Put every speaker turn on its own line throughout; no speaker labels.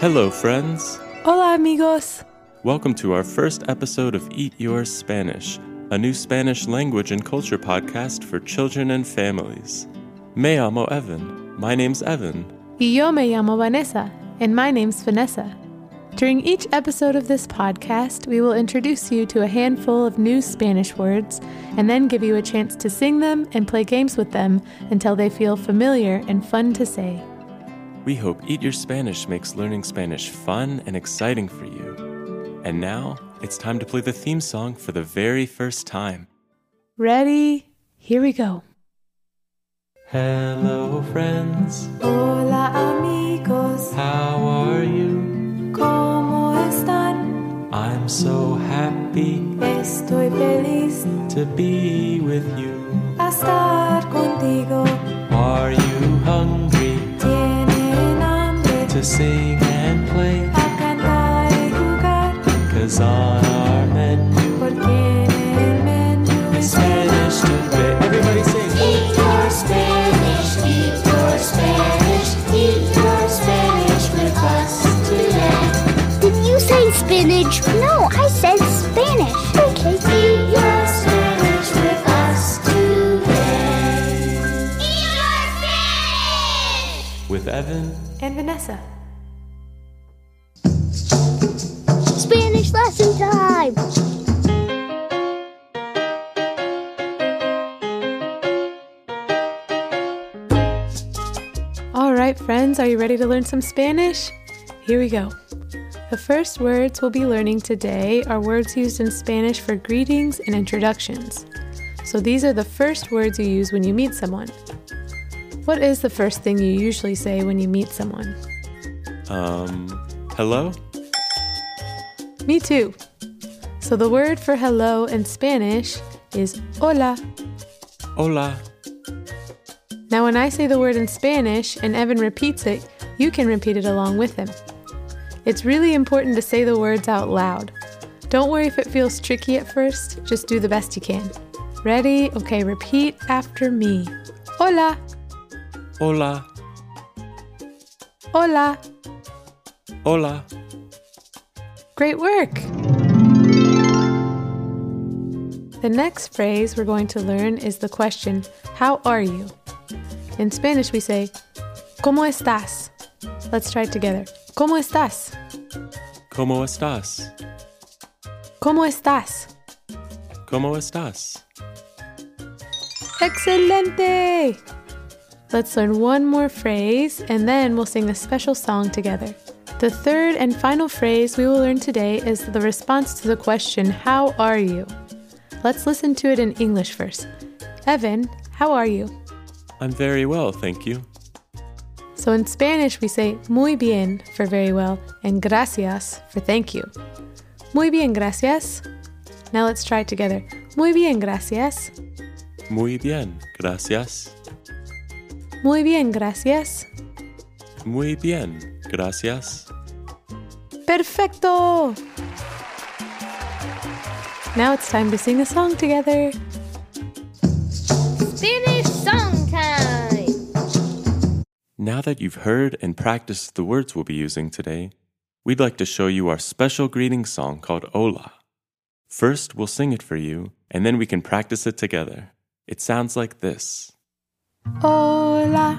Hello, friends.
Hola, amigos.
Welcome to our first episode of Eat Your Spanish, a new Spanish language and culture podcast for children and families. Me amo Evan. My name's Evan.
Y yo me llamo Vanessa, and my name's Vanessa. During each episode of this podcast, we will introduce you to a handful of new Spanish words and then give you a chance to sing them and play games with them until they feel familiar and fun to say.
We hope Eat Your Spanish makes learning Spanish fun and exciting for you. And now, it's time to play the theme song for the very first time.
Ready? Here we go.
Hello, friends.
Hola, amigos.
How are you?
¿Cómo están?
I'm so happy
Estoy feliz
to be with you.
a estar contigo.
Are you hungry
Tienen hambre
to sing and play?
a cantar y jugar.
Cause on our menu
Porque en el menú
is Spanish today. Everybody sing.
Eat your Spanish, eat your Spanish, eat your Spanish with us today.
Did you say spinach? No, I said Spanish. Okay.
Eat your Spanish with us today. Eat your Spanish!
With Evan,
and Vanessa.
Spanish lesson time.
All right, friends, are you ready to learn some Spanish? Here we go. The first words we'll be learning today are words used in Spanish for greetings and introductions. So these are the first words you use when you meet someone. What is the first thing you usually say when you meet someone?
um, hello?
Me too. So the word for hello in Spanish is hola.
Hola.
Now, when I say the word in Spanish and Evan repeats it, you can repeat it along with him. It's really important to say the words out loud. Don't worry if it feels tricky at first, just do the best you can. Ready? Okay, repeat after me. Hola,
Hola.
hola.
Hola.
Great work! The next phrase we're going to learn is the question, How are you? In Spanish, we say, ¿Cómo estás? Let's try it together. ¿Cómo estás?
¿Cómo estás?
¿Cómo estás?
¿Cómo estás?
Excelente! Let's learn one more phrase and then we'll sing a special song together. The third and final phrase we will learn today is the response to the question, How are you? Let's listen to it in English first. Evan, how are you?
I'm very well, thank you.
So in Spanish, we say muy bien for very well and gracias for thank you. Muy bien, gracias. Now let's try it together. Muy bien, gracias.
Muy bien, gracias.
Muy bien, gracias.
Muy bien, gracias.
Perfecto! Now it's time to sing a song together.
Spanish song time.
Now that you've heard and practiced the words we'll be using today, we'd like to show you our special greeting song called Hola. First, we'll sing it for you, and then we can practice it together. It sounds like this
Hola,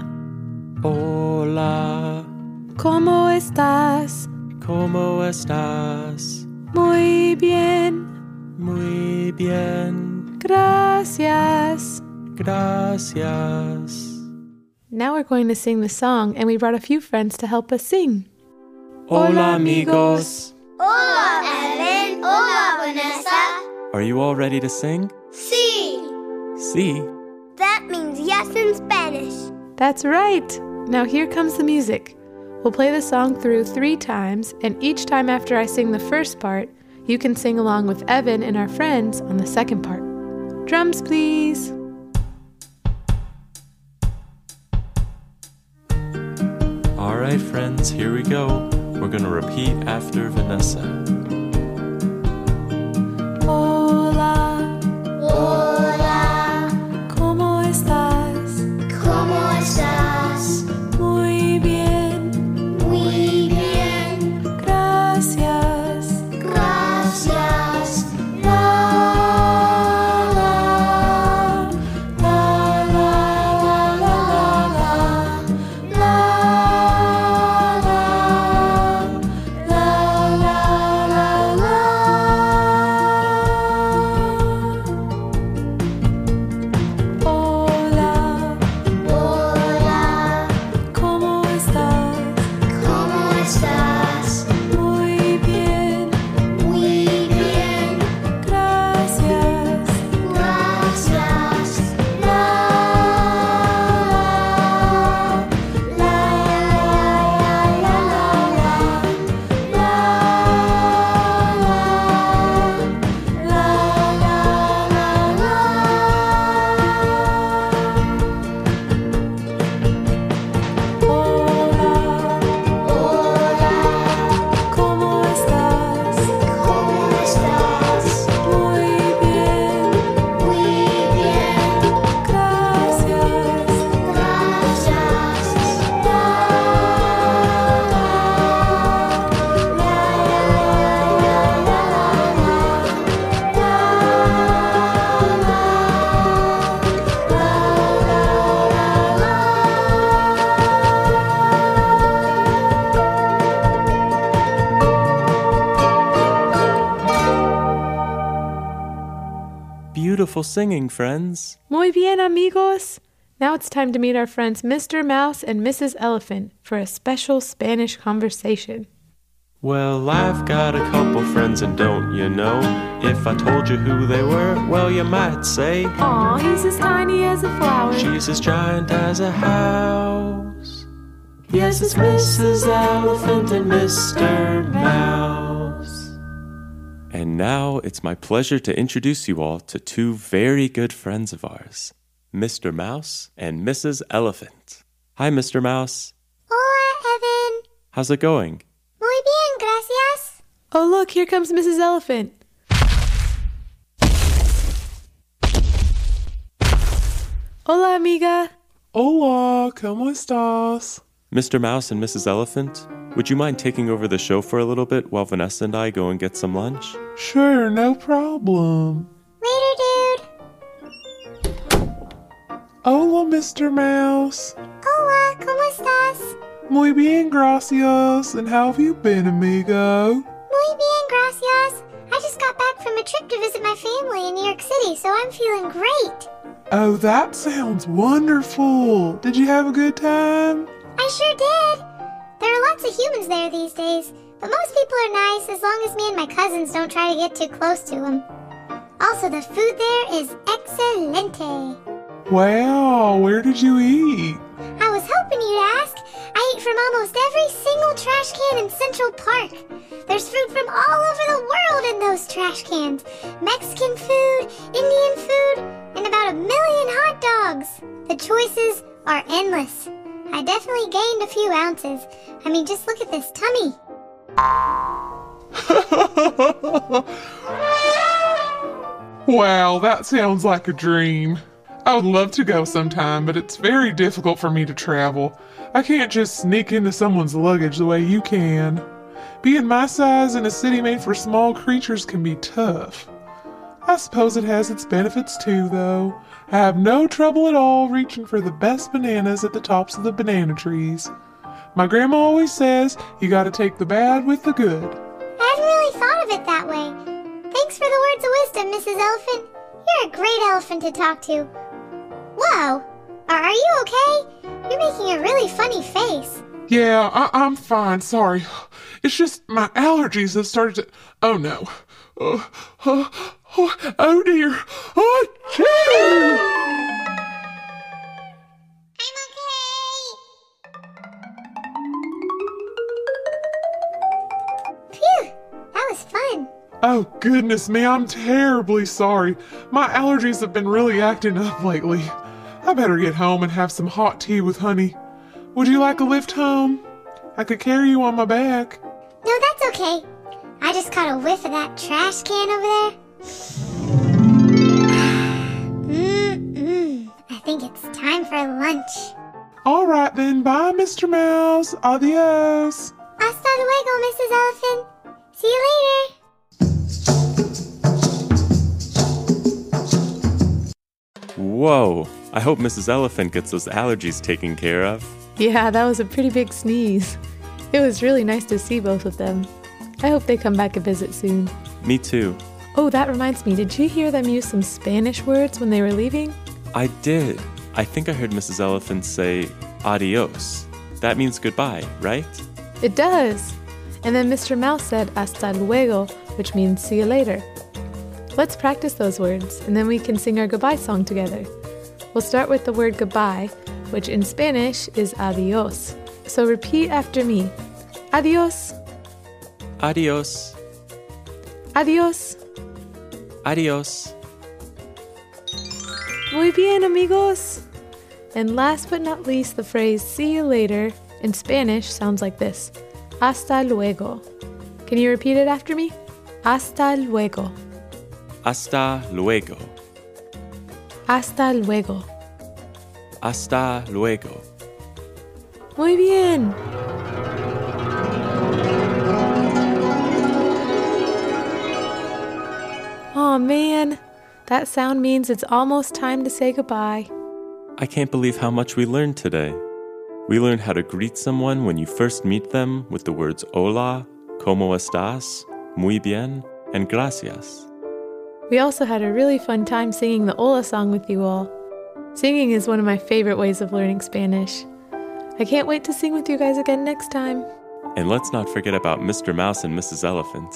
Hola,
¿cómo estás?
¿cómo estás?
Muy bien,
Muy bien,
gracias.
gracias.
Now we're going to sing the song, and we brought a few friends to help us sing.
Hola, amigos!
Hola, Evan. Hola, Vanessa.
Are you all ready to sing?
See.
See?
That means yes in Spanish.
That's right! Now here comes the music. We'll play the song through three times, and each time after I sing the first part, you can sing along with Evan and our friends on the second part. Drums, please!
All right, friends, here we go. We're gonna repeat after Vanessa.
Hola,
Hola.
¿cómo estás?
¿Cómo estás?
Muy bien,
Muy bien.
beautiful singing, friends.
Muy bien, amigos. Now it's time to meet our friends Mr. Mouse and Mrs. Elephant for a special Spanish conversation.
Well, I've got a couple friends, and don't you know? If I told you who they were, well, you might say,
Aw, he's as tiny as a flower.
She's as giant as a house. Yes, it's Mrs. Elephant and Mr. Mouse. And now it's my pleasure to introduce you all to two very good friends of ours, Mr. Mouse and Mrs. Elephant. Hi, Mr. Mouse.
Hola, Evan.
How's it going?
Muy bien, gracias.
Oh, look, here comes Mrs. Elephant. Hola, amiga.
Hola, ¿cómo estás? Mr. Mouse and Mrs. Elephant, would you mind taking over the show for a little bit while Vanessa and I go and get some lunch?
Sure, no problem.
Later, dude.
Hola, Mr. Mouse.
Hola, ¿cómo estás?
Muy bien, gracias. And how have you been, amigo?
Muy bien, gracias. I just got back from a trip to visit my family in New York City, so I'm feeling great.
Oh, that sounds wonderful. Did you have a good time?
I sure did. There are lots of humans there these days, but most people are nice as long as me and my cousins don't try to get too close to them. Also, the food there is excelente.
Wow, where did you eat?
I was hoping you'd ask. I ate from almost every single trash can in Central Park. There's food from all over the world in those trash cans Mexican food, Indian food, and about a million hot dogs. The choices are endless. I definitely gained a few ounces. I mean, just look at this tummy.
Wow, that sounds like a dream. I would love to go sometime, but it's very difficult for me to travel. I can't just sneak into someone's luggage the way you can. Being my size in a city made for small creatures can be tough. I suppose it has its benefits too, though. I have no trouble at all reaching for the best bananas at the tops of the banana trees. My grandma always says you gotta take the bad with the good.
I hadn't really thought of it that way. Thanks for the words of wisdom, Mrs. Elephant. You're a great elephant to talk to. Whoa! Are, are you okay? You're making a really funny face.
Yeah, I- I'm fine. Sorry. It's just my allergies have started to. Oh no. Oh, oh, oh, oh dear. Oh dear.
I'm okay. Phew! That was fun.
Oh goodness me, I'm terribly sorry. My allergies have been really acting up lately. I better get home and have some hot tea with honey. Would you like a lift home? I could carry you on my back.
No, that's okay. I just caught a whiff of that trash can over there. Mm-mm. I think it's time for lunch.
All right then. Bye, Mr. Mouse. Adios.
Hasta luego, Mrs. Elephant. See you later.
Whoa, I hope Mrs. Elephant gets those allergies taken care of.
Yeah, that was a pretty big sneeze. It was really nice to see both of them. I hope they come back and visit soon.
Me too.
Oh, that reminds me, did you hear them use some Spanish words when they were leaving?
I did. I think I heard Mrs. Elephant say adios. That means goodbye, right?
It does. And then Mr. Mouse said hasta luego, which means see you later. Let's practice those words and then we can sing our goodbye song together. We'll start with the word goodbye, which in Spanish is adios. So repeat after me. Adios,
Adios,
adios.
adios.
Muy bien, amigos. And last but not least, the phrase see you later in Spanish sounds like this. Hasta luego. Can you repeat it after me? Hasta luego.
Hasta luego,
Hasta luego.
hasta luego.
Muy bien. Oh man, that sound means it's almost time to say goodbye.
I can't believe how much we learned today. We learned how to greet someone when you first meet them with the words hola, como estas, muy bien, and gracias.
We also had a really fun time singing the Ola song with you all. Singing is one of my favorite ways of learning Spanish. I can't wait to sing with you guys again next time.
And let's not forget about Mr. Mouse and Mrs. Elephant.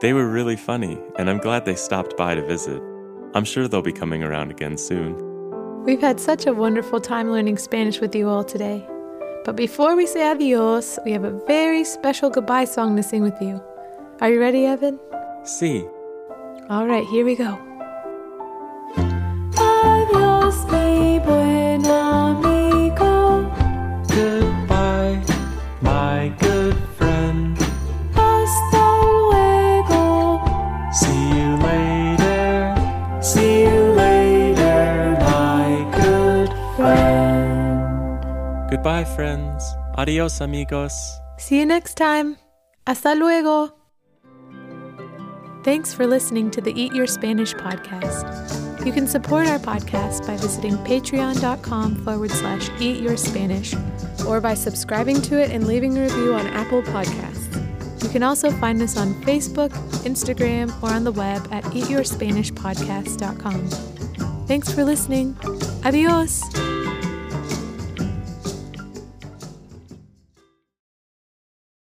They were really funny, and I'm glad they stopped by to visit. I'm sure they'll be coming around again soon.
We've had such a wonderful time learning Spanish with you all today. But before we say adios, we have a very special goodbye song to sing with you. Are you ready, Evan?
See,
All right, here we go. Adios, mi buen amigo.
Goodbye, my good friend.
Hasta luego.
See you later. See you later, my good friend.
goodbye, friends. Adios, amigos.
See you next time. Hasta luego. Thanks for listening to the Eat Your Spanish podcast. You can support our podcast by visiting patreon.com forward slash eat your Spanish or by subscribing to it and leaving a review on Apple Podcasts. You can also find us on Facebook, Instagram, or on the web at eatyourspanishpodcast.com. Thanks for listening. Adios.